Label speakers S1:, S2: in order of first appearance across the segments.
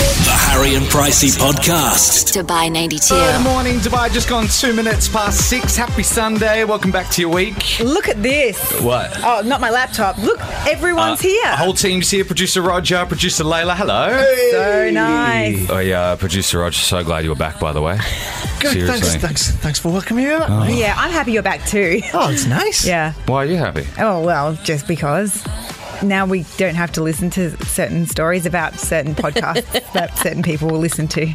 S1: Barry and Pricey podcast.
S2: Dubai 92.
S3: Good morning, Dubai. Just gone two minutes past six. Happy Sunday. Welcome back to your week.
S4: Look at this.
S3: What?
S4: Oh, not my laptop. Look, everyone's
S3: Our
S4: here.
S3: whole team's here. Producer Roger, producer Layla. Hello.
S4: so nice.
S3: Oh yeah, producer Roger. So glad you were back, by the way.
S5: Good, thanks,
S3: Seriously.
S5: thanks, thanks for welcoming me back.
S3: Oh.
S5: mate.
S4: Yeah, I'm happy you're back too.
S5: Oh, it's nice.
S4: Yeah.
S3: Why are you happy?
S4: Oh, well, just because. Now we don't have to listen to certain stories about certain podcasts that certain people will listen to.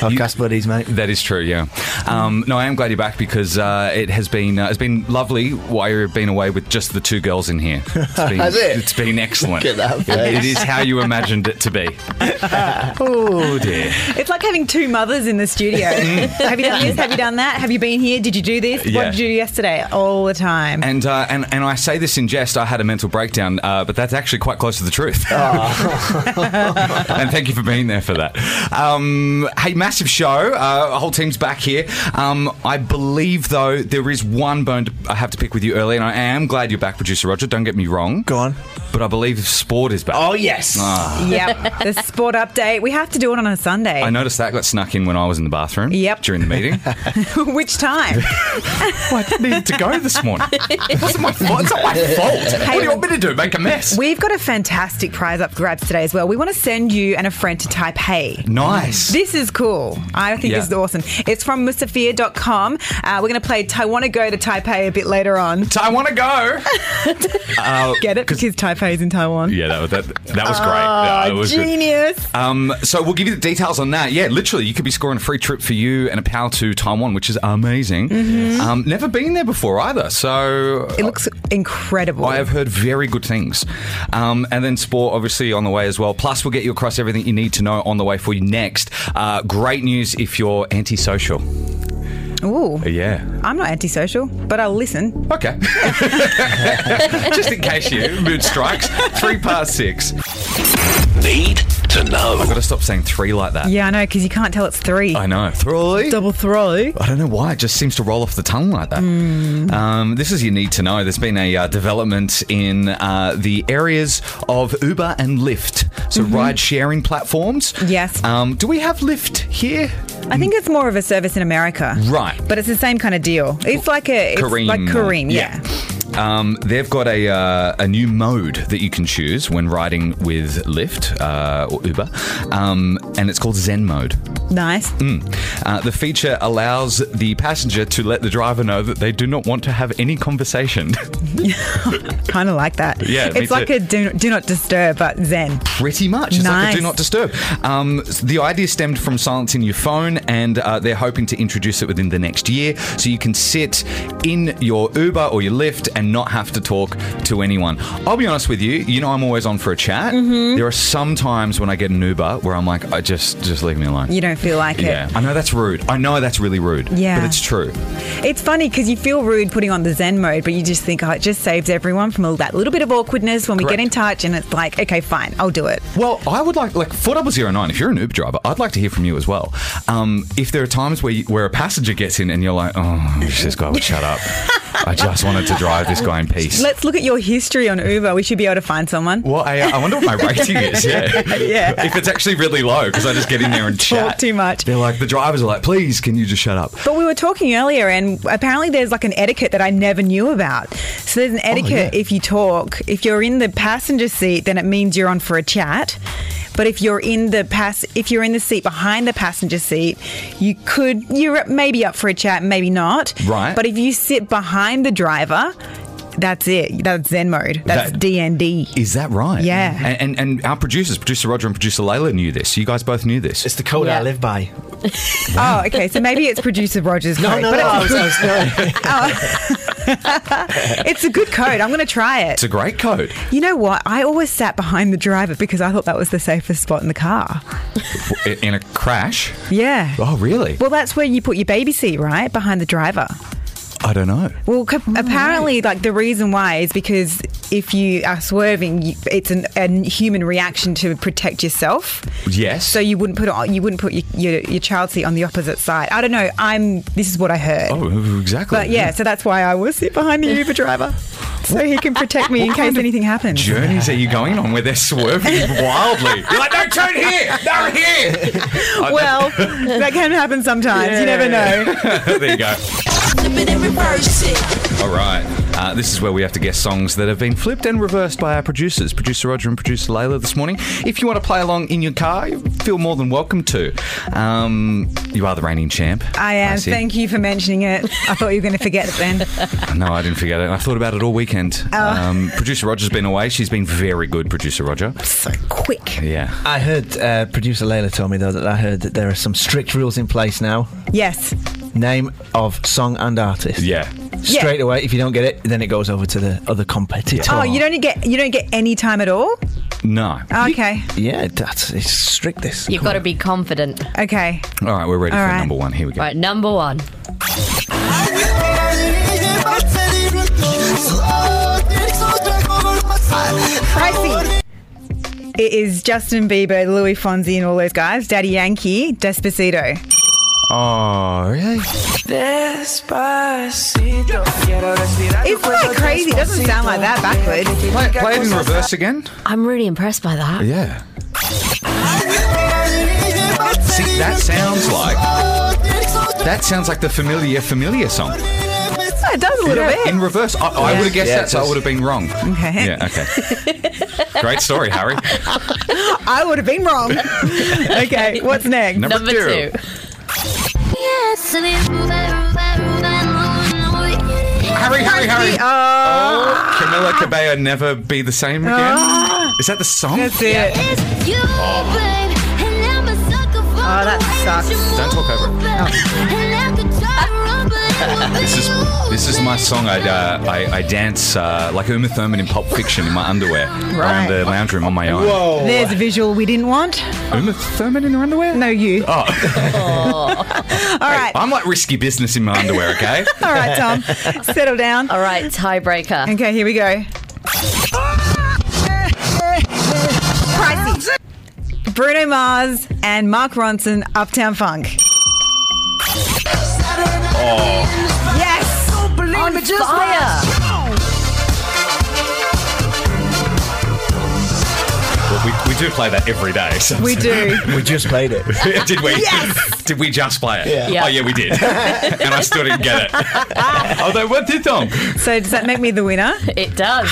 S5: podcast buddies, mate.
S3: That is true, yeah. Um, no, I am glad you're back because uh, it has been uh, it's been lovely while you've been away with just the two girls in here. It's been,
S5: Has it?
S3: has been excellent.
S5: Look at that
S3: it is how you imagined it to be. oh dear.
S4: It's like having two mothers in the studio.
S3: Mm.
S4: have you done this? Have you done that? Have you been here? Did you do this?
S3: Yeah.
S4: What did you do yesterday? All the time.
S3: And, uh, and and I say this in jest. I had a mental breakdown, uh, but that's actually quite close to the truth.
S5: Ah.
S3: and thank you for being there for that. Um, hey, massive show. Uh, our whole team's back here. Um, I believe though there is one bone to, I have to pick with you early, and I am glad you're back, producer Roger. Don't get me wrong,
S5: Go on.
S3: but I believe sport is back.
S5: Oh, yes.
S3: Ah.
S4: yep. the sport update. We have to do it on a Sunday.
S3: I noticed that got snuck in when I was in the bathroom.
S4: Yep.
S3: During the meeting.
S4: Which time?
S3: I didn't need to go this morning. It wasn't my fault. It's not my fault. What do you want me to do? Make a mess?
S4: We've got a fantastic prize up for grabs today as well. We want to send you and a friend to Taipei.
S3: Nice.
S4: This is cool. I think
S3: Yeah.
S4: this is awesome. It's from musafir.com. Uh, we're going to play Taiwana Go to Taipei a bit later on.
S3: I want to go.
S4: Get it? Because Taipei's in Taiwan.
S3: Oh,
S4: Ah,
S3: Yeah, that was that. That was great.
S4: Oh,
S3: Yeah, that was good.
S4: Genius.
S3: Um, so we'll give you the details on that. Yeah, literally, you could be scoring a free trip for you and a pal to Taiwan, which is amazing. Um, never been there before either, so
S4: It looks incredible.
S3: I have heard very good things. Um, and then sport, obviously, on the way as well. Plus, we'll get you across everything you need to know on the way for you next. Uh, great news if you're antisocial.
S4: Ooh.
S3: Yeah.
S4: I'm not antisocial, but I'll listen.
S3: Okay. Just in case you mood strikes, three past six.
S1: Need to know.
S3: Got to stop saying three like that.
S4: Yeah, I know, because you can't tell it's three.
S3: I know. Three.
S4: Double throw.
S3: I don't know why. It just seems to roll off the tongue like that.
S4: Hmm.
S3: Um, this is you need to know. There's been a uh, development in uh, the areas of Uber and Lyft, so ride sharing platforms.
S4: Mm-hmm. Yes.
S3: Um, do we have Lyft here?
S4: I think it's more of a service in America.
S3: Right.
S4: But it's the same kind of deal. It's like a it's
S3: Kareem.
S4: like Kareem, yeah.
S3: Um, they've got a, uh, a new mode that you can choose when riding with Lyft uh, or Uber, um, and it's called Zen mode.
S4: Nice.
S3: Uh, the feature allows the passenger to let the driver know that they do not want to have any conversation.
S4: Kind of like that.
S3: Yeah, me
S4: it's like
S3: too.
S4: a do, do not disturb, but Zen.
S3: Pretty much. It's like
S4: Nice.
S3: a do not disturb. Um, s- the idea stemmed from silencing your phone, and uh, they're hoping to introduce it within the next year so you can sit in your Uber or your Lyft and not have to talk to anyone. I'll be honest with you, you know, I'm always on for a chat.
S4: Mm-hmm.
S3: There are some times when I get an Uber where I'm like, I just, just leave me alone.
S4: You don't feel like
S3: yeah, I know that's rude. I know that's really rude.
S4: Yeah.
S3: But it's true.
S4: it. It's funny because you feel rude putting on the Zen mode, but you just think, oh, it just saves everyone from all that little bit of awkwardness when we
S3: Correct.
S4: get in touch, and it's like, okay, fine, I'll do it.
S3: Well, I would like like four double zero nine. If you're an Uber driver, I'd like to hear from you as well. Um, if there are times where you, where a passenger gets in and you're like, oh, I wish this guy would shut up. I just wanted to drive this guy in peace.
S4: Let's look at your history on Uber. We should be able to find someone.
S3: well, I, uh, I wonder what my rating is. Yeah,
S4: Yeah.
S3: If it's actually really low, because I just get in there and
S4: Talk
S3: chat.
S4: too much.
S3: They're like the drivers are like, please, can you just shut up?
S4: But we were talking earlier, and apparently there's like an etiquette that I never knew about. So there's an etiquette
S3: Oh, yeah.
S4: if you talk. If you're in the passenger seat, then it means you're on for a chat. But if you're in the pass, if you're in the seat behind the passenger seat, you could you're maybe up for a chat, maybe not.
S3: Right.
S4: But if you sit behind the driver, that's it. That's Zen mode. That's
S3: That-
S4: DND.
S3: Is that right?
S4: Yeah.
S3: And, and and our producers, producer Roger and producer Layla, knew this. You guys both knew this.
S5: It's the code
S4: Yeah.
S5: I live by.
S4: Oh, okay. So maybe it's producer Rogers. code, but
S5: I was- uh, I was- no.
S4: it's- it's a good code. I'm going to try it.
S3: It's a great code.
S4: You know what? I always sat behind the driver because I thought that was the safest spot in the car.
S3: In- In a crash.
S4: Yeah.
S3: Oh, really?
S4: Well, that's where you put your baby seat, right? Behind the driver.
S3: I don't know.
S4: Well, c- apparently, like the reason why is because if you are swerving, you, it's an, a human reaction to protect yourself.
S3: Yes.
S4: So you wouldn't put it on, you wouldn't put your, your your child seat on the opposite side. I don't know. I'm. This is what I heard.
S3: Oh, exactly.
S4: But yeah, so that's why I will sit behind the Uber driver, so he can protect me in case anything happens.
S3: journeys are you going on where they're swerving wildly? You're like, no, turn here, no, here.
S4: that can happen sometimes. You never know.
S3: there you go. All right. Uh, this is where we have to guess songs that have been flipped and reversed by our producers, producer Roger and producer Layla this morning. If you want to play along in your car, you feel more than welcome to. Um, you are the reigning champ.
S4: I am. Thank you for mentioning it. I thought you were going to forget it then.
S3: No, I didn't forget it. I thought about it all weekend.
S4: Oh.
S3: Um, producer Roger's been away. She's been very good, producer Roger.
S4: So quick.
S3: Yeah.
S5: I heard uh, producer Layla told me though that I heard that there are some strict rules in place now.
S4: Yes.
S5: Name of song and artist.
S3: Yeah.
S5: Straight away, if you don't get it, then it goes over to the other competitor.
S4: Oh, you don't get you don't get any time at all.
S3: No.
S4: Okay.
S5: Yeah, that's it's strict. This
S2: You've got to be confident.
S4: Okay.
S3: All right, we're ready
S4: All
S3: for
S4: right.
S3: number one. Here we go.
S2: Right, number one.
S4: Pricey. It is Justin Bieber, Louis Fonzie, and all those guys. Daddy Yankee, Despacito.
S3: Oh, really?
S4: It's like crazy. It doesn't sound like that backwards.
S3: Play, play it in reverse again?
S2: I'm really impressed by that.
S3: Yeah. See, that sounds like that sounds like the familiar familiar song.
S4: Oh, it does a little bit.
S3: In reverse, I, I would have guessed
S5: Yeah,
S3: that, so I
S5: just-
S3: would have been wrong.
S4: Okay.
S3: Yeah. Okay. Great story, Harry.
S4: I would have been wrong. okay, what's next?
S3: Number,
S2: Number two.
S3: Harry, Harry, Harry.
S4: Oh, Oh.
S3: Oh, Camilla Cabello never be the same again. Is that the song?
S4: that's it.
S6: Oh,
S4: that sucks.
S6: Don't talk over it.
S3: This is this is my song. I uh, I, I dance uh, like Uma Thurman in Pulp Fiction in my underwear around the lounge room on my own. Whoa.
S4: There's a visual we didn't want.
S3: Uma Thurman in her underwear?
S4: No, you. Oh. all right.
S3: I'm like risky business in my underwear. Okay.
S4: All right, Tom. Settle down.
S2: All right, tiebreaker.
S4: Okay, here we go. Pricey. Bruno Mars and Mark Ronson, Uptown Funk.
S3: Oh.
S4: Yes.
S2: On fire.
S3: Well, we, we do play that every day. So
S4: We do.
S5: we just played it.
S3: did we? Did we just play it?
S2: Yeah.
S3: Oh yeah, we did. and I still didn't get it. Although what did Tom?
S4: So does that make me the winner?
S2: It does.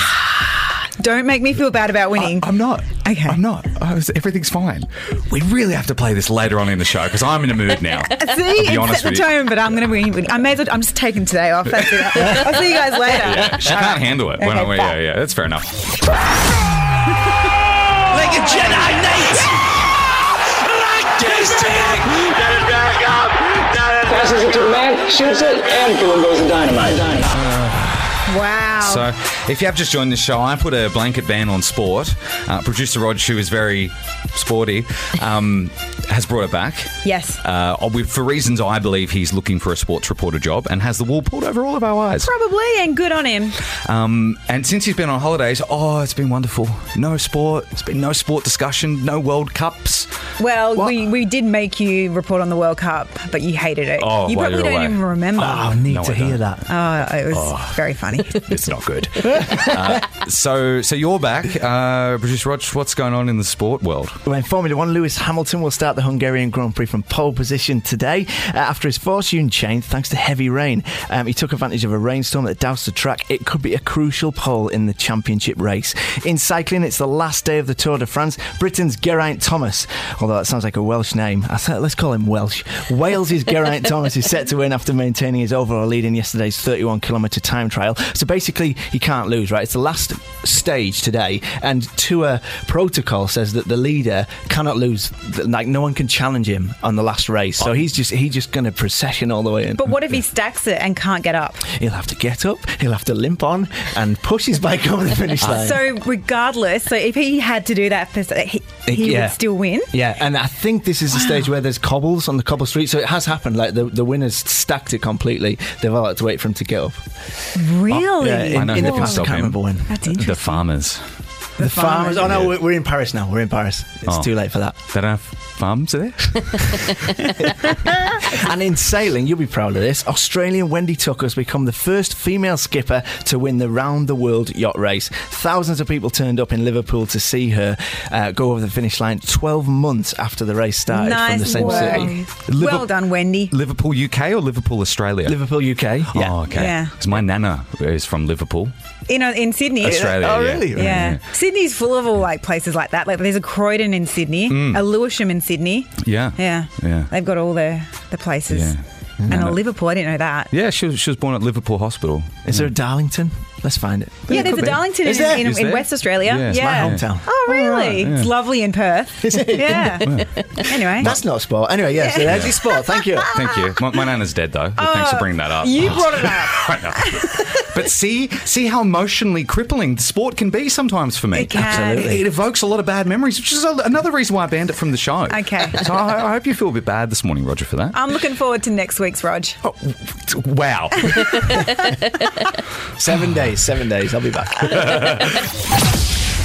S4: Don't make me feel bad about winning.
S3: I'm not.
S4: Okay.
S3: I'm not. I was, everything's fine. We really have to play this later on in the show because I'm in a mood now.
S4: See,
S3: be
S4: it
S3: honest
S4: set the
S3: with you.
S4: tone, but I'm going to win. win. I may as well, I'm just taking today off. That's it. I'll see you guys later.
S3: Yeah, she can't handle it. when I,
S4: Okay,
S3: yeah,
S4: bye.
S3: yeah, that's fair enough.
S1: Like a Jedi Knight! Like
S7: passes it to a man, shoots it, and boom goes the dynamite.
S4: Wow.
S3: So,
S4: Oh.
S3: if you have just joined the show, I put a blanket ban on sport. Uh, Producer Rog, who is very sporty, um, has brought it back.
S4: yes.
S3: Uh, obvi- for reasons I believe he's looking for a sports reporter job and has the wool pulled over all of our eyes.
S4: Probably, and good on him.
S3: Um, and since he's been on holidays, oh, it's been wonderful. No sport. It's been no sport discussion. No World Cups.
S4: Well,
S3: What?
S4: we, we did make you report on the World Cup, but you hated it.
S3: Oh,
S4: you
S3: while
S4: probably
S3: you're
S4: don't
S3: away.
S4: even remember.
S5: I need
S3: No,
S5: to
S3: I
S5: hear
S3: don't.
S5: that.
S4: Oh, it was very funny.
S3: It's not good. Uh, so, so you're back, uh, producer Rog. What's going on in the sport world?
S5: Well, in Formula One, Lewis Hamilton will start the Hungarian Grand Prix from pole position today uh, after his fortune changed thanks to heavy rain. Um, he took advantage of a rainstorm that doused the track. It could be a crucial pole in the championship race. In cycling, it's the last day of the Tour de France. Britain's Geraint Thomas, although that sounds like a Welsh name, I said, let's call him Welsh. Wales's Geraint Thomas is set to win after maintaining his overall lead in yesterday's 31 kilometre time trial. So basically, he can't lose, right? It's the last stage today, and Tour protocol says that the leader cannot lose. Like no one can challenge him on the last race, so he's just he's just going to procession all the way in.
S4: But what if he stacks it and can't get up?
S5: he'll have to get up, he'll have to limp on, and push his bike over the finish line.
S4: So, regardless, so if he had to do that, for, he, he
S5: Yeah.
S4: would still win.
S5: Yeah, and I think this is the stage where there's cobbles on the cobble street, so it has happened. Like the, the winners stacked it completely. They've all had to wait for him to get up.
S4: Really?
S5: Yeah, in,
S3: I know
S5: in
S3: who
S5: the
S3: can
S5: past, I
S3: stop
S5: can't
S3: him.
S5: remember when.
S4: That's
S3: The
S4: interesting.
S3: farmers.
S5: The, farmers. Oh no, we're, we're in Paris now. We're in Paris. It's
S3: Oh.
S5: too late for that.
S3: They don't have farms there?
S5: And in sailing, you'll be proud of this. Australian Wendy Tucker's become the first female skipper to win the round the world yacht race. Thousands of people turned up in Liverpool to see her uh, go over the finish line 12 months after the race started from the
S4: Nice
S5: same
S4: work.
S5: city.
S4: Well done, Wendy.
S3: Liverpool, UK or Liverpool, Australia?
S5: Liverpool, UK. Yeah.
S3: Oh, okay.
S4: Yeah.
S3: Because my nana is from Liverpool,
S4: In uh, in Sydney.
S3: Australia.
S5: Oh,
S3: yeah.
S5: really?
S4: Yeah. Sydney's full of all like places like that. Like there's a Croydon in Sydney, a Lewisham in Sydney.
S3: Yeah.
S4: Yeah,
S3: Yeah.
S4: They've got all the the places.
S3: Yeah.
S4: And
S3: Yeah.
S4: a Liverpool, I didn't know that.
S3: Yeah, she was, she was born at Liverpool Hospital.
S5: Is there a Darlington? Let's find it.
S4: Yeah, there's a Darlington
S3: Is
S4: in,
S3: there?
S4: in,
S3: Is
S4: in
S3: there?
S4: West Australia.
S3: Yeah,
S4: Yeah.
S3: it's my
S5: hometown.
S4: Oh, really?
S3: yeah.
S4: It's lovely in Perth. yeah. Anyway.
S5: That's not sport. Anyway, yeah, so there's your sport. Thank you.
S3: Thank you. My, my nana's dead, though. but Thanks for bringing that up.
S4: you brought it up.
S3: I know. but see, see how emotionally crippling sport can be sometimes for me.
S4: It can. Absolutely.
S3: It, evokes a lot of bad memories, which is a, another reason why I banned it from the show.
S4: Okay. Uh,
S3: So I, I hope you feel a bit bad this morning, Roger, for that.
S4: I'm looking forward to next week's, Rog.
S3: Oh, wow.
S5: Seven days, seven days. I'll be back.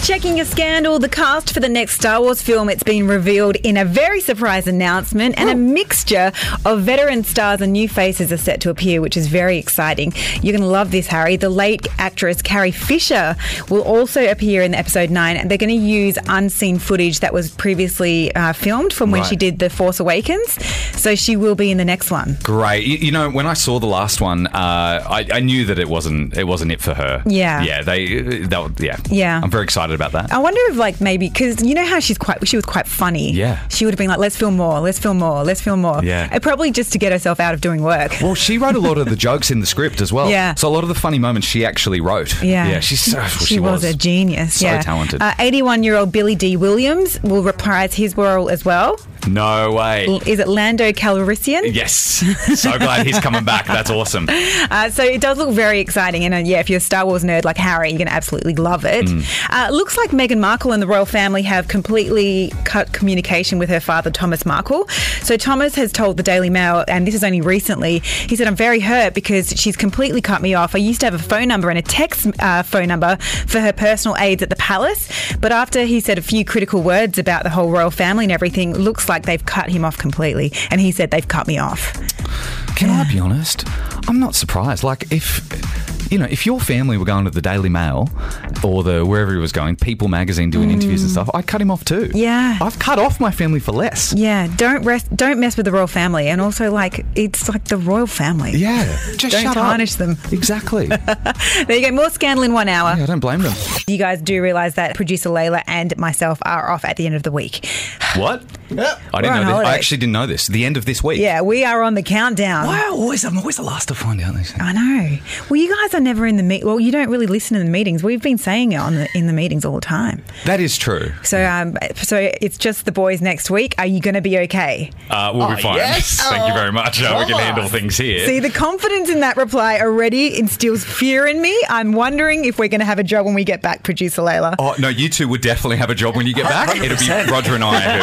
S4: Checking a scandal, the cast for the next Star Wars film, it's been revealed in a very surprise announcement, and a mixture of veteran stars and new faces are set to appear, which is very exciting. You're going to love this, Harry. The late actress Carrie Fisher will also appear in episode 9, and they're going to use unseen footage that was previously uh, filmed from when
S3: Right.
S4: she did The Force Awakens, so she will be in the next one.
S3: Great. You, you know, when I saw the last one, uh, I, I knew that it wasn't it wasn't it for her.
S4: Yeah.
S3: Yeah. They. That. would- Yeah.
S4: Yeah. Oh.
S3: I'm very excited about that.
S4: I wonder if, like, maybe because you know how she's quite she was quite funny.
S3: Yeah.
S4: she would have been like, "Let's film more. Let's film more. Let's film more."
S3: Yeah.
S4: And probably just to get herself out of doing work.
S3: Well, she wrote a lot of the jokes in the script as well.
S4: Yeah.
S3: So a lot of the funny moments she actually wrote.
S4: Yeah,
S3: Yeah. She's so. well,
S4: she, was, a genius.
S3: So
S4: yeah, Uh,
S3: talented.
S4: Eighty-one-year-old Billy D. Williams will reprise his role as well.
S3: no way.
S4: L- Is it Lando Calrissian?
S3: Yes. So glad he's coming back. That's awesome.
S4: Uh, so it does look very exciting, and uh, yeah, if you're a Star Wars nerd like Harry, you're gonna absolutely love it. Uh, it looks like Meghan Markle and the royal family have completely cut communication with her father, Thomas Markle. So Thomas has told the Daily Mail, and this is only recently. He said, "I'm very hurt because she's completely cut me off. I used to have a phone number and a text uh, phone number for her personal aides at the palace, but after he said a few critical words about the whole royal family and everything, looks like they've cut him off completely. And he said they've cut me off.
S3: Can I be honest? I'm not surprised. Like if you know, if your family were going to the Daily Mail or the wherever he was going, People magazine doing interviews and stuff, I'd cut him off too.
S4: Mm. Yeah.
S3: I've cut off my family for less.
S4: Yeah, don't rest, don't mess with the royal family, and also like it's like the royal family.
S3: Yeah. Just
S4: Don't
S3: shut
S4: tarnish
S3: up.
S4: them.
S3: Exactly. yeah,
S4: There you go, more scandal in one hour.
S3: I don't blame them.
S4: You guys do realise that producer Layla and myself are off at the end of the week.
S3: What? I
S4: We're
S3: didn't know
S4: on
S3: this.
S4: holiday.
S3: I actually didn't know this. The end of this week.
S4: Yeah, we are on the countdown.
S3: Why I always I'm always the last to find out these things.
S4: I know. Well, you guys are never in the meet. Well, you don't really listen in the meetings. We've been saying it on the, in the meetings all the time.
S3: That is true.
S4: So, um, so it's just the boys next week. Are you going to be okay?
S3: Uh, we'll be fine. Thank you very much. Uh, we can handle things here.
S4: See, the confidence in that reply already instills fear in me. I'm wondering if we're going to have a job when we get back, producer Layla.
S3: Oh no, you two would definitely have a job when you get back. It'll be Roger and I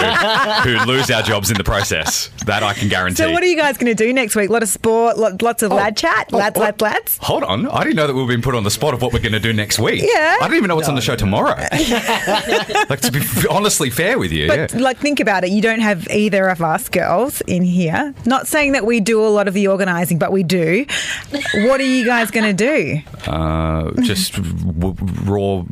S3: who, who lose our jobs in the process. That I can guarantee.
S4: So, what are you guys going to do next week? A lot of sport, lo- lots of lad chat, lads,
S3: oh,
S4: lads, lads.
S3: Hold on, I didn't know that we were being put on the spot of what we're going to do next week.
S4: Yeah.
S3: I don't even know what's on the show tomorrow. like to be f- honestly fair with you,
S4: But
S3: yeah.
S4: like, think about it. You don't have either of us girls in here. Not saying that we do a lot of the organising, but we do. what are you guys going to do?
S3: uh, just w- raw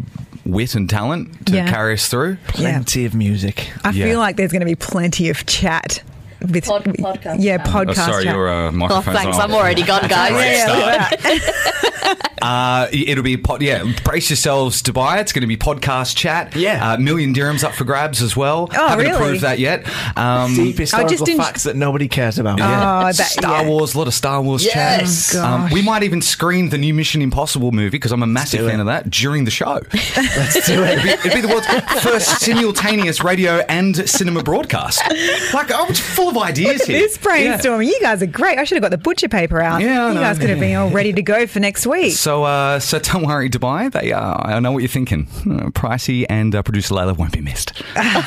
S3: wit and talent to
S4: Yeah.
S3: carry us through.
S5: Plenty of music.
S4: I
S3: Yeah.
S4: feel like there's going to be plenty of chat. With,
S2: Pod- podcast
S4: yeah,
S2: chat.
S3: Oh,
S4: podcast.
S3: sorry,
S4: chat.
S3: your uh,
S2: Oh,
S3: microphone's
S2: thanks.
S3: on.
S2: I'm already gone, guys.
S3: Great
S4: Yeah,
S3: start.
S4: look at that.
S3: Uh, it'll be pod- yeah. Brace yourselves, Dubai. It's going to be podcast chat.
S5: Yeah.
S3: uh, million dirhams up for grabs as well.
S4: Oh,
S3: Haven't
S4: really?
S3: approved that yet. Um,
S5: Deep historical
S4: just en-
S5: facts that nobody cares about.
S4: Oh, that-
S3: Star
S4: yeah.
S3: Wars, a lot of Star Wars
S5: Yes.
S3: chat.
S4: Oh,
S3: um,
S4: gosh.
S3: we might even screen the new Mission Impossible movie because I'm a massive
S5: do
S3: fan
S5: it.
S3: of that during the show. Let's do it. it'd, be, it'd be the world's first simultaneous radio and cinema broadcast. Like I was full of ideas here.
S4: This brainstorming, you guys are great. I should have got the butcher paper out.
S3: Yeah, I
S4: you
S3: know.
S4: guys could have been all ready to go for next week.
S3: So, uh, so don't worry, Dubai. They, uh, I know what you're thinking. Hmm, Pricey and uh, producer Layla won't be missed.
S4: Yeah,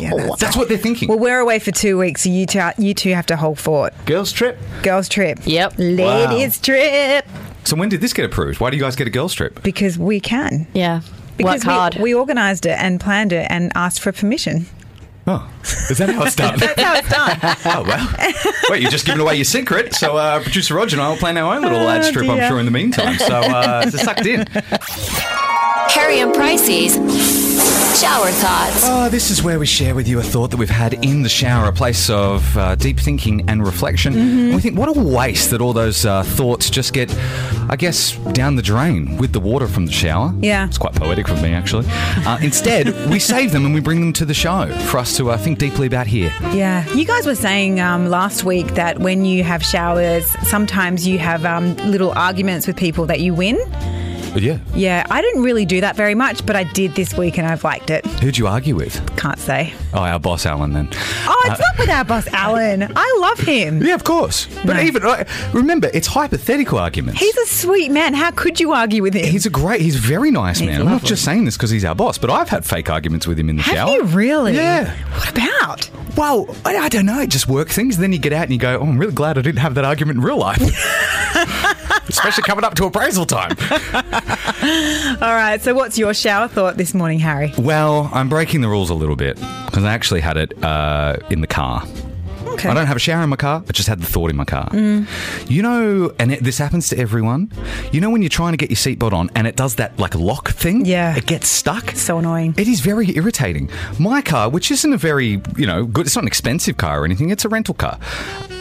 S4: that's-
S3: That's what they're thinking.
S4: well, we're away for two weeks, so you two, you two have to hold fort.
S5: Girls trip.
S4: Girls trip.
S2: Yep.
S4: Ladies trip.
S3: So when did this get approved? Why do you guys get a girls trip?
S4: Because we can.
S2: Yeah.
S4: Because
S2: Work hard.
S4: we, we organised it and planned it and asked for permission.
S3: Oh, is that how it's done?
S4: How it's done.
S3: oh, well. Wait, you're just giving away your secret. So, uh, producer Roger and I will plan our own little
S4: Oh,
S3: ad strip, I'm
S4: dear.
S3: sure, in the meantime. So, uh, so sucked in.
S8: Harry and Pricey's shower thoughts.
S3: Oh, this is where we share with you a thought that we've had in the shower, a place of uh, deep thinking and reflection.
S4: Mm-hmm.
S3: And we think, what a waste that all those uh, thoughts just get, I guess, down the drain with the water from the shower.
S4: Yeah.
S3: It's quite poetic of me, actually. Uh, instead, we save them and we bring them to the show for us to uh, think deeply about here.
S4: Yeah. You guys were saying um, last week that when you have showers, sometimes you have um, little arguments with people that you win.
S3: Yeah.
S4: Yeah, I didn't really do that very much, but I did this week and I've liked it.
S3: Who'd you argue with?
S4: Can't say.
S3: Oh, our boss, Alan, then.
S4: Oh, it's not with our boss, Alan. I love him.
S3: Yeah, of course. But
S4: No.
S3: even uh, remember, it's hypothetical arguments.
S4: He's a sweet man. How could you argue with him?
S3: He's a great, he's a very nice man. I'm not
S4: lovely.
S3: just saying this because he's our boss, but I've had fake arguments with him in the
S4: Have
S3: shower.
S4: you really?
S3: Yeah.
S4: What about?
S3: Well, I, I don't know. Just work things. Then you get out and you go, oh, I'm really glad I didn't have that argument in real life. Especially coming up to appraisal time.
S4: All right. So, what's your shower thought this morning, Harry?
S3: Well, I'm breaking the rules a little bit because I actually had it uh, in the car.
S4: Okay. Mm.
S3: I don't have a shower in my car. I just had the thought in my car. You know, and it, this happens to everyone. You know when you're trying to get your seatbelt on and it does that like lock thing?
S4: Yeah.
S3: It gets stuck.
S4: So annoying.
S3: It is very irritating. My car, which isn't a very, you know, good, it's not an expensive car or anything, it's a rental car.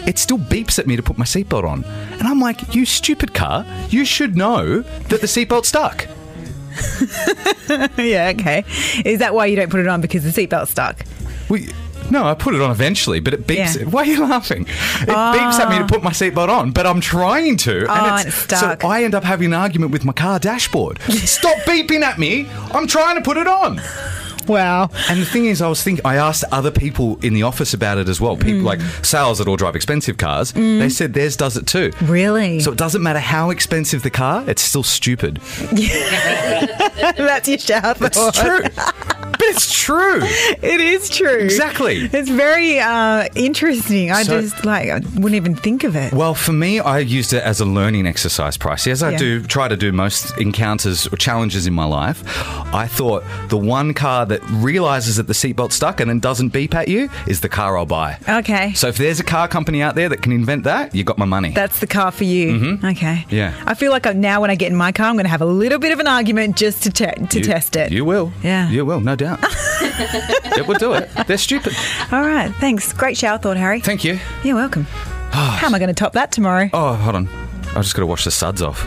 S3: It still beeps at me to put my seatbelt on. And I'm like, you stupid car, you should know that the seatbelt's stuck.
S4: yeah. Okay. Is that why you don't put it on because the seatbelt's stuck?
S3: We, no, I put it on eventually, but it beeps.
S4: Yeah.
S3: Why are you laughing? It beeps at me to put my seatbelt on, but I'm trying to. And
S4: Oh, and it's stuck.
S3: So I end up having an argument with my car dashboard. Stop beeping at me. I'm trying to put it on.
S4: Wow.
S3: And the thing is, I was thinking, I asked other people in the office about it as well. People
S4: Hmm.
S3: like sales that all drive expensive cars. They said theirs does it too.
S4: Really?
S3: So it doesn't matter how expensive the car, it's still stupid.
S4: That's your shower thought.
S3: It's true. but it's true.
S4: It is true.
S3: Exactly.
S4: It's very uh, interesting. I
S3: So-
S4: just like I wouldn't even think of it.
S3: Well, for me, I used it as a learning exercise, Pricey, as I
S4: Yeah.
S3: do try to do most encounters or challenges in my life. I thought the one car that realizes that the seatbelt's stuck and then doesn't beep at you is the car I'll buy.
S4: Okay.
S3: So if there's a car company out there that can invent that, you got my money.
S4: That's the car for you. Okay.
S3: Yeah.
S4: I feel like I'm, now when I get in my car, I'm going to have a little bit of an argument just to te- to
S3: You-
S4: test it.
S3: You will.
S4: Yeah.
S3: You will, no doubt. it will do it. They're stupid.
S4: All right. Thanks. Great shower thought, Harry.
S3: Thank you.
S4: You're welcome. How am I going to top that tomorrow?
S3: Oh, hold on. I just got to wash the suds off.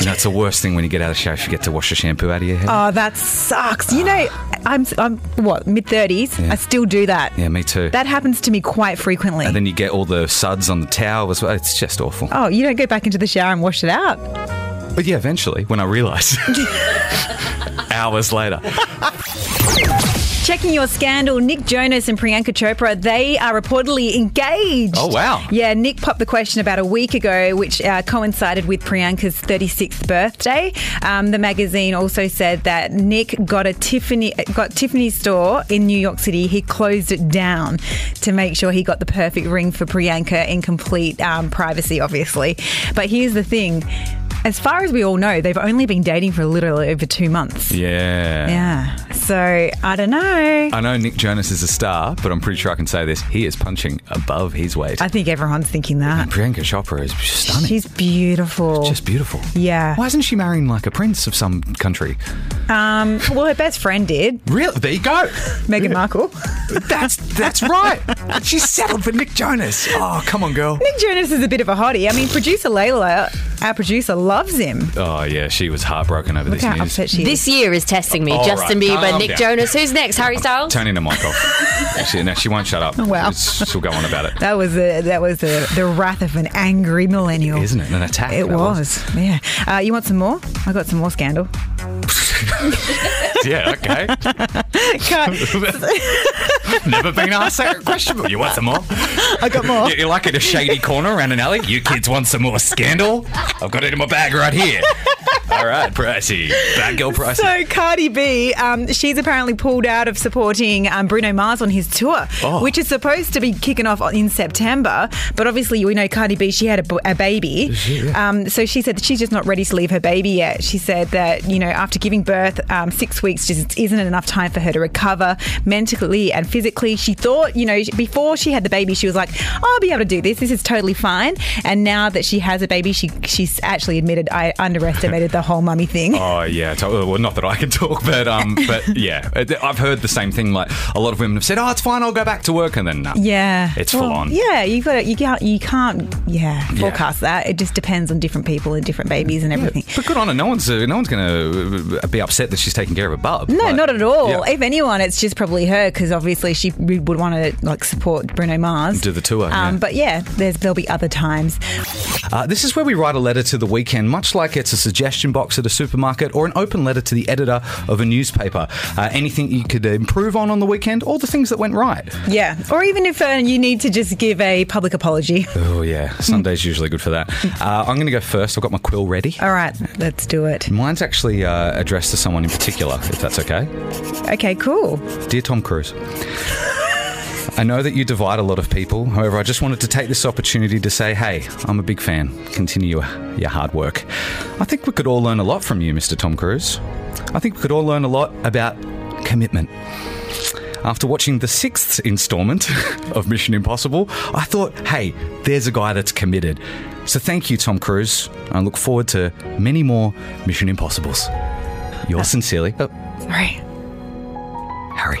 S3: You know, it's the worst thing when you get out of the shower if you get to wash the shampoo out of your hair.
S4: Oh, that sucks. You know, I'm I'm what mid thirties. I still do that.
S3: yeah, me too.
S4: That happens to me quite frequently.
S3: and then you get all the suds on the towel as well. It's just awful.
S4: oh, you don't go back into the shower and wash it out.
S3: But yeah, eventually, when I realise. Hours later.
S4: Checking your scandal, Nick Jonas and Priyanka Chopra, they are reportedly engaged.
S3: Oh, wow.
S4: Yeah, Nick popped the question about a week ago, which uh, coincided with Priyanka's 36th birthday. Um, the magazine also said that Nick got a Tiffany got Tiffany's store in New York City. He closed it down to make sure he got the perfect ring for Priyanka in complete um, privacy, obviously. But here's the thing: as far as we all know, they've only been dating for literally over two months.
S3: Yeah.
S4: Yeah. So I don't know.
S3: I know Nick Jonas is a star, but I'm pretty sure I can say this. He is punching above his weight.
S4: I think everyone's thinking that.
S3: Priyanka Chopra is stunning.
S4: She's beautiful.
S3: just beautiful.
S4: Yeah.
S3: Why isn't she marrying like a prince of some country?
S4: Um, well, her best friend did,
S3: Really? There you go.
S4: Meghan Markle.
S3: That's that's right. She's settled for Nick Jonas. Oh, come on, girl.
S4: Nick Jonas is a bit of a hottie. I mean, producer Layla, our producer, loves him.
S3: Oh yeah, she was heartbroken over
S4: Look
S3: this
S4: how
S3: news.
S4: upset she is.
S2: This year is testing me.
S3: All
S2: Justin
S3: right,
S2: Bieber,
S3: calm
S2: Nick
S3: down.
S2: Jonas. Who's next? Harry Styles?
S3: Turning the mic off. she, no, she won't shut up.
S4: Wow.
S3: It's- she'll go on about it.
S4: That was a, that was a, the wrath of an angry millennial.
S3: Isn't it an attack?
S4: It
S3: that
S4: was, yeah. Uh, you want some more? I got some more scandal.
S3: yeah, okay. Never been asked that question. before. You want some more?
S4: I got more.
S3: You, you like it a shady corner around an alley? You kids want some more scandal? I've got it in my bag right here. All right, pricey. Bad girl pricey.
S4: So Cardi B, um, she's apparently pulled out of supporting um, Bruno Mars on his tour,
S5: Oh.
S4: which is supposed to be kicking off in September. But obviously, we know Cardi B, she had a, b- a baby, um, so she said that she's just not ready to leave her baby yet. She said that you know after giving birth, um, six weeks just isn't enough time for her to recover mentally and physically. She thought you know before she had the baby, she was like, I'll be able to do this. This is totally fine. And now that she has a baby, she she's actually admitted I underestimated the whole mummy thing.
S3: Oh yeah, to- well not that I can talk, but um, but yeah, I've heard the same thing. Like a lot of women have said, "Oh, it's fine, I'll go back to work," and then nah,
S4: Yeah,
S3: it's
S4: Well,
S3: full on.
S4: Yeah, you got to You can't. You can't. Yeah, forecast that. It just depends on different people and different babies and everything.
S3: But good on her. No one's uh, no one's going to be upset that she's taking care of a bub.
S4: No,
S3: Like,
S4: not at all.
S3: yeah.
S4: If anyone, it's just probably her because obviously she re- would want to like support Bruno Mars.
S3: Do the tour, yeah.
S4: Um, But yeah, there's, there'll be other times.
S3: Uh, this is where we write a letter to the weekend, much like it's a suggestion box at a supermarket or an open letter to the editor of a newspaper. Uh, anything you could improve on on the weekend, all the things that went right.
S4: Yeah, or even if uh, you need to just give a public apology.
S3: Oh yeah, Sunday's usually good for that. Uh, I'm going to go first. I've got my quill ready.
S4: All right, let's do it.
S3: Mine's actually uh, addressed to someone in particular, if that's okay.
S4: Okay, cool.
S3: Dear Tom Cruise, I know that you divide a lot of people. However, I just wanted to take this opportunity to say, hey, I'm a big fan. Continue your- your hard work. I think we could all learn a lot from you, Mr. Tom Cruise. I think we could all learn a lot about commitment. After watching the sixth installment of Mission Impossible, I thought, hey, there's a guy that's committed. So thank you, Tom Cruise. I look forward to many more Mission Impossibles. Yours sincerely, oh,
S4: Sorry.
S3: Harry.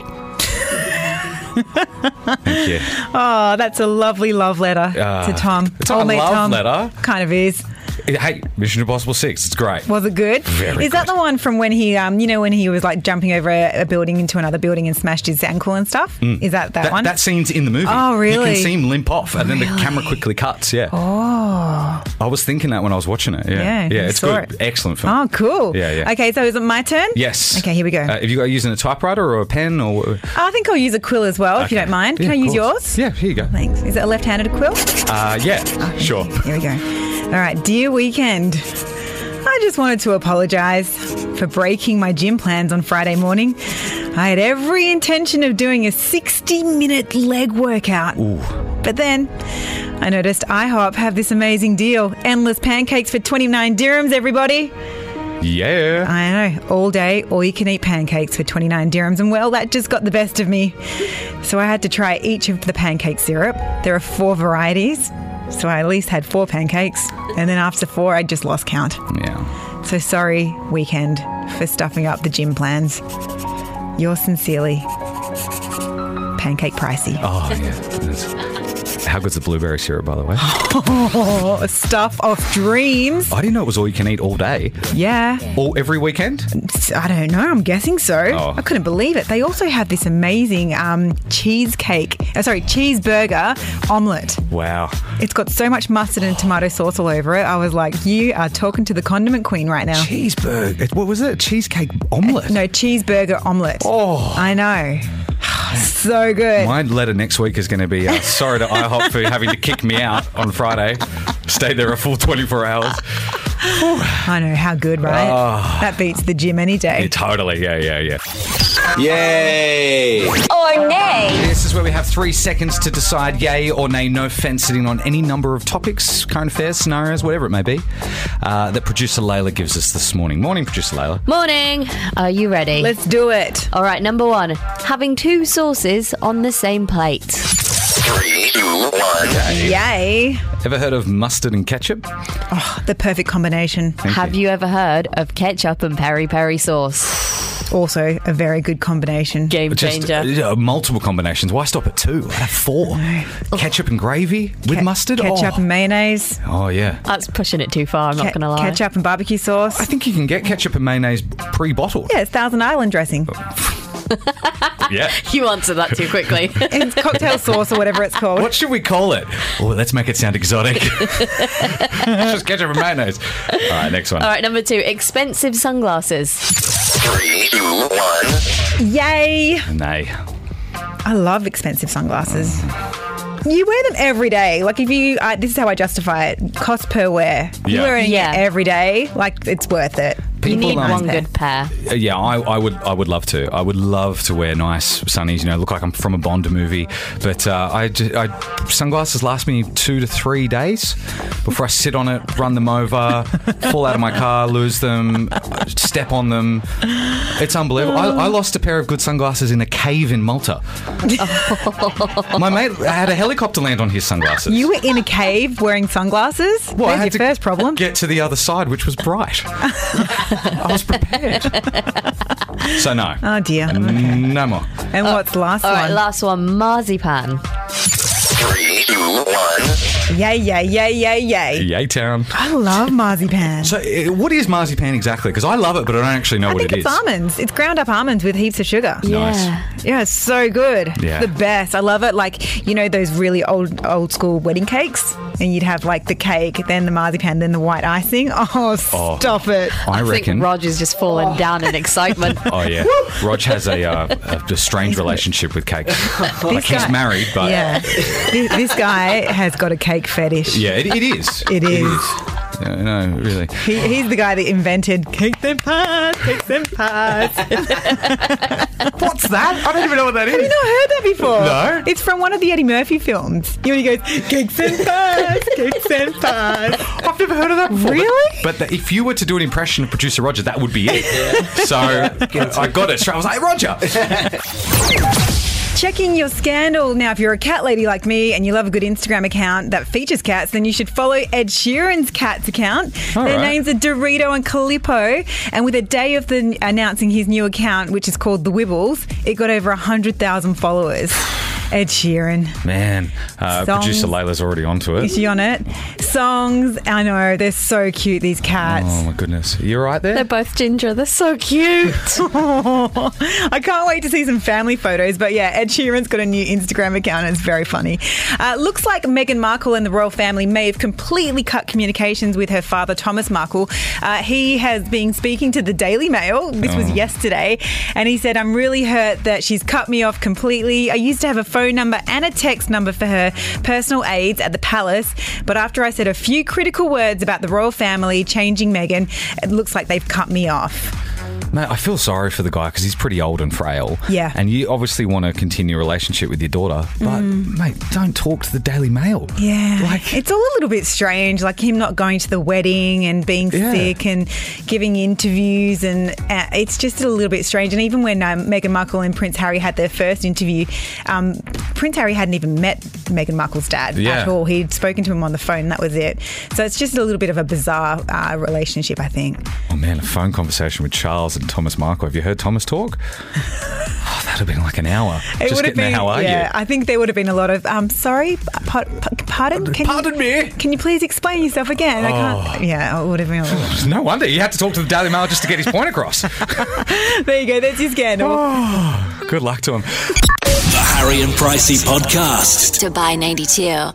S3: Thank you.
S4: Oh, that's a lovely love letter to Tom.
S3: Uh, it's not
S4: Old
S3: a
S4: mate
S3: love
S4: Tom.
S3: letter.
S4: Kind of is.
S3: Hey, Mission Impossible 6, it's great.
S4: Was it good?
S3: Very
S4: Is that
S3: good.
S4: the one from when he, um, you know, when he was like jumping over a, a building into another building and smashed his ankle and stuff? Is
S3: Mm.
S4: that that,
S3: that,
S4: one?
S3: that scene's in the movie.
S4: Oh,
S3: You
S4: really?
S3: can see him limp off, and then the camera quickly cuts. Yeah. Oh. I was thinking that when I was watching it.
S4: Yeah,
S3: Yeah.
S4: you
S3: it's
S4: saw
S3: good.
S4: it.
S3: Excellent film.
S4: Oh, cool.
S3: Yeah, yeah.
S4: Okay, so is it my turn?
S3: Yes.
S4: Okay, here we go. Oh,
S3: Uh, have you got using a typewriter or a pen or?
S4: I think I'll use a quill as well, if you
S3: Okay.
S4: don't mind. Can
S3: Yeah,
S4: I
S3: of
S4: use
S3: course.
S4: yours? Oh.
S3: Yeah. Here you go.
S4: Thanks. Is it a left handed quill?
S3: Uh, yeah. Sure.
S4: Here we go. All right, dear weekend. I just wanted to apologise for breaking my gym plans on Friday morning. I had every intention of doing a 60 minute leg workout. But then I noticed IHOP have this amazing deal endless pancakes for 29 dirhams, everybody.
S3: Yeah.
S4: I know, all day, all you can eat pancakes for 29 dirhams. And well, that just got the best of me. So I had to try each of the pancake syrup. There are four varieties. So I at least had four pancakes. And then after four, I just lost count.
S3: Yeah.
S4: So sorry, weekend, for stuffing up the gym plans. Yours sincerely, Pancake Pricey.
S3: Oh yeah. That's- How good's the blueberry syrup, by the way?
S4: Oh, stuff of dreams.
S3: I didn't know it was all you can eat all day,
S4: Yeah.
S3: all every weekend.
S4: I don't know. I'm guessing so.
S3: Oh.
S4: I couldn't believe it. They also have this amazing um, cheesecake. Uh, sorry, cheeseburger omelette.
S3: Wow.
S4: It's got so much mustard and tomato sauce all over it. I was like, you are talking to the condiment queen right now.
S3: Cheeseburger. What was it? A cheesecake omelette.
S4: no, cheeseburger omelette.
S3: Oh.
S4: I know. so good.
S3: My letter next week is going to be uh, sorry to IHOP for having to kick me out on Friday. Stayed there a full 24 hours.
S4: I know. How good, right?
S3: Ah.
S4: That beats the gym any day.
S3: Yeah, totally. Yeah, yeah, yeah.
S8: Or nay.
S3: This is where we have three seconds to decide yay or nay, no fence sitting on any number of topics, current affairs, scenarios, whatever it may be, uh, that producer Layla gives us this morning. Morning, producer Layla.
S2: Morning. Are you ready?
S4: Let's do it.
S2: All right, number one, having two sauces on the same plate.
S4: Yay.
S3: Ever heard of mustard and ketchup?
S4: The perfect combination.
S3: Thank
S2: Have you ever heard of ketchup and peri peri sauce?
S4: Also, a very good combination.
S2: Game
S3: Just,
S2: changer.
S3: uh, multiple combinations. Why stop at two? I'd have four. Ketchup and gravy with
S4: Ke-
S3: mustard?
S4: Ketchup
S3: Oh.
S4: and mayonnaise.
S3: oh, yeah.
S2: That's pushing it too far, I'm not
S4: Ke-
S2: going to lie.
S4: Ketchup and barbecue sauce.
S3: I think you can get ketchup and mayonnaise pre bottled. Oh.
S4: Yeah, it's Thousand Island dressing.
S3: Yeah.
S2: You answered that too quickly.
S4: It's cocktail sauce or whatever it's called.
S3: What should we call it? Oh, let's make it sound exotic. Just ketchup and mayonnaise. All right, next one.
S2: All right, number two, expensive sunglasses.
S9: Three, two, one.
S4: Yay!
S3: Nay.
S4: I love expensive sunglasses. You wear them every day. Like if you, I, this is how I justify it: cost per wear.
S3: Yeah.
S4: You're wearing
S2: Yeah.
S4: it every day. Like it's worth it.
S2: You
S3: People
S2: need
S3: aren't-
S2: one good pair.
S3: Uh, Yeah, I, I would. I would love to. I would love to wear nice sunnies. You know, look like I'm from a Bond movie. But uh, I, ju- I- sunglasses last me two to three days before I sit on it, run them over, fall out of my car, lose them, step on them. It's unbelievable. I, I lost a pair of good sunglasses in a cave in Malta. my mate had a helicopter land on his sunglasses.
S4: You were in a cave wearing sunglasses.
S3: Well, I
S4: There's
S3: had
S4: your
S3: to
S4: first problem.
S3: Get to the other side, which was bright. I was prepared. so no.
S4: oh dear.
S3: No more.
S4: And what's the last
S2: All right,
S4: one?
S2: last one, marzipan.
S9: Three, two, one.
S4: yay! Yay! Yay! Yay! Yay!
S3: Yay town.
S4: I love marzipan.
S3: So, uh, what is marzipan exactly? Because I love it, but I don't actually know
S4: I
S3: what
S4: think
S3: it
S4: it's
S3: is.
S4: almonds. It's ground up almonds with heaps of sugar.
S3: Nice.
S2: Yeah.
S4: Yeah, it's so good.
S3: Yeah.
S4: The best. I love it. Like, you know, those really old old school wedding cakes? And you'd have like the cake, then the marzipan, then the white icing. Oh, stop it.
S3: I
S2: I
S3: reckon.
S2: think Roger's just fallen down in excitement.
S3: oh yeah, Rog has a, uh, a, a strange relationship with cake. like he's
S4: guy-
S3: married, but yeah,
S4: yeah. this, this guy has got a cake fetish.
S3: it, it is.
S4: It is.
S3: Yeah, no, really.
S4: He, he's the guy that invented cake them pies, cake them pies.
S3: What's that? I don't even know what that
S4: Have you
S3: is.
S4: not heard that before?
S3: No.
S4: It's from one of the Eddie Murphy films. You know, he goes, cakes and pies, cakes and pies.
S3: I've never heard of that before.
S4: Really?
S3: But the, if you were to do an impression of producer Roger, that would be it. So I got it. straight. I was like, Roger.
S4: Checking your scandal. Now, if you're a cat lady like me and you love a good Instagram account that features cats, then you should follow Ed Sheeran's cat's account.
S3: All
S4: Their
S3: right.
S4: names are Dorito and Calippo. And with a day of the announcing his new account, which is called The Wibbles, it got over 100,000 followers. Ed Sheeran.
S3: Man, uh,
S4: Songs.
S3: producer Layla's already onto it.
S4: Is she on it? Songs. I know. They're so cute, these
S3: Oh
S4: cats.
S3: my goodness, you're right there.
S2: They're both ginger. They're so cute.
S4: I can't wait to see some family photos. But yeah, Ed Sheeran's got a new Instagram account. And it's very funny. Uh, looks like Meghan Markle and the royal family may have completely cut communications with her father, Thomas Markle. Uh, he has been speaking to the Daily Mail. This was yesterday. And he said, I'm really hurt that she's cut me off completely. I used to have a phone number and a text number for her personal aides at the palace. But after I said a few critical words about the royal family changing Meghan, it looks like they've cut me off.
S3: Mate, I feel sorry for the guy because he's pretty old and frail.
S4: Yeah.
S3: And you obviously want to continue a relationship with your daughter, but mate, don't talk to the Daily Mail.
S4: Mm. Yeah.
S3: Like,
S4: it's all a little bit strange, like him not going to the wedding and being
S3: Yeah.
S4: sick and giving interviews. And uh, it's just a little bit strange. And even when um, Meghan Markle and Prince Harry had their first interview, um, Prince Harry hadn't even met Meghan Markle's dad
S3: Yeah.
S4: at all. He'd spoken to him on the phone, that was it. So it's just a little bit of a bizarre uh, relationship, I think.
S3: oh man, a phone conversation with Charles and Thomas Markle. Have you heard Thomas talk? oh, that'd have been like an hour.
S4: It
S3: Just
S4: would have
S3: getting there,
S4: been,
S3: how are
S4: yeah,
S3: you?
S4: I think there would have been a lot of, um, sorry, pa- pa- pardon? Can
S3: Pardon
S4: you,
S3: me? Oh.
S4: Can you please explain yourself again? I can't. Yeah, it would have been a lot.
S3: No wonder you had to talk to the Daily Mail just to get his point across.
S4: There you go. That's your scandal.
S3: Good luck to him.
S1: The Harry and Pricey Podcast.
S8: to buy 92.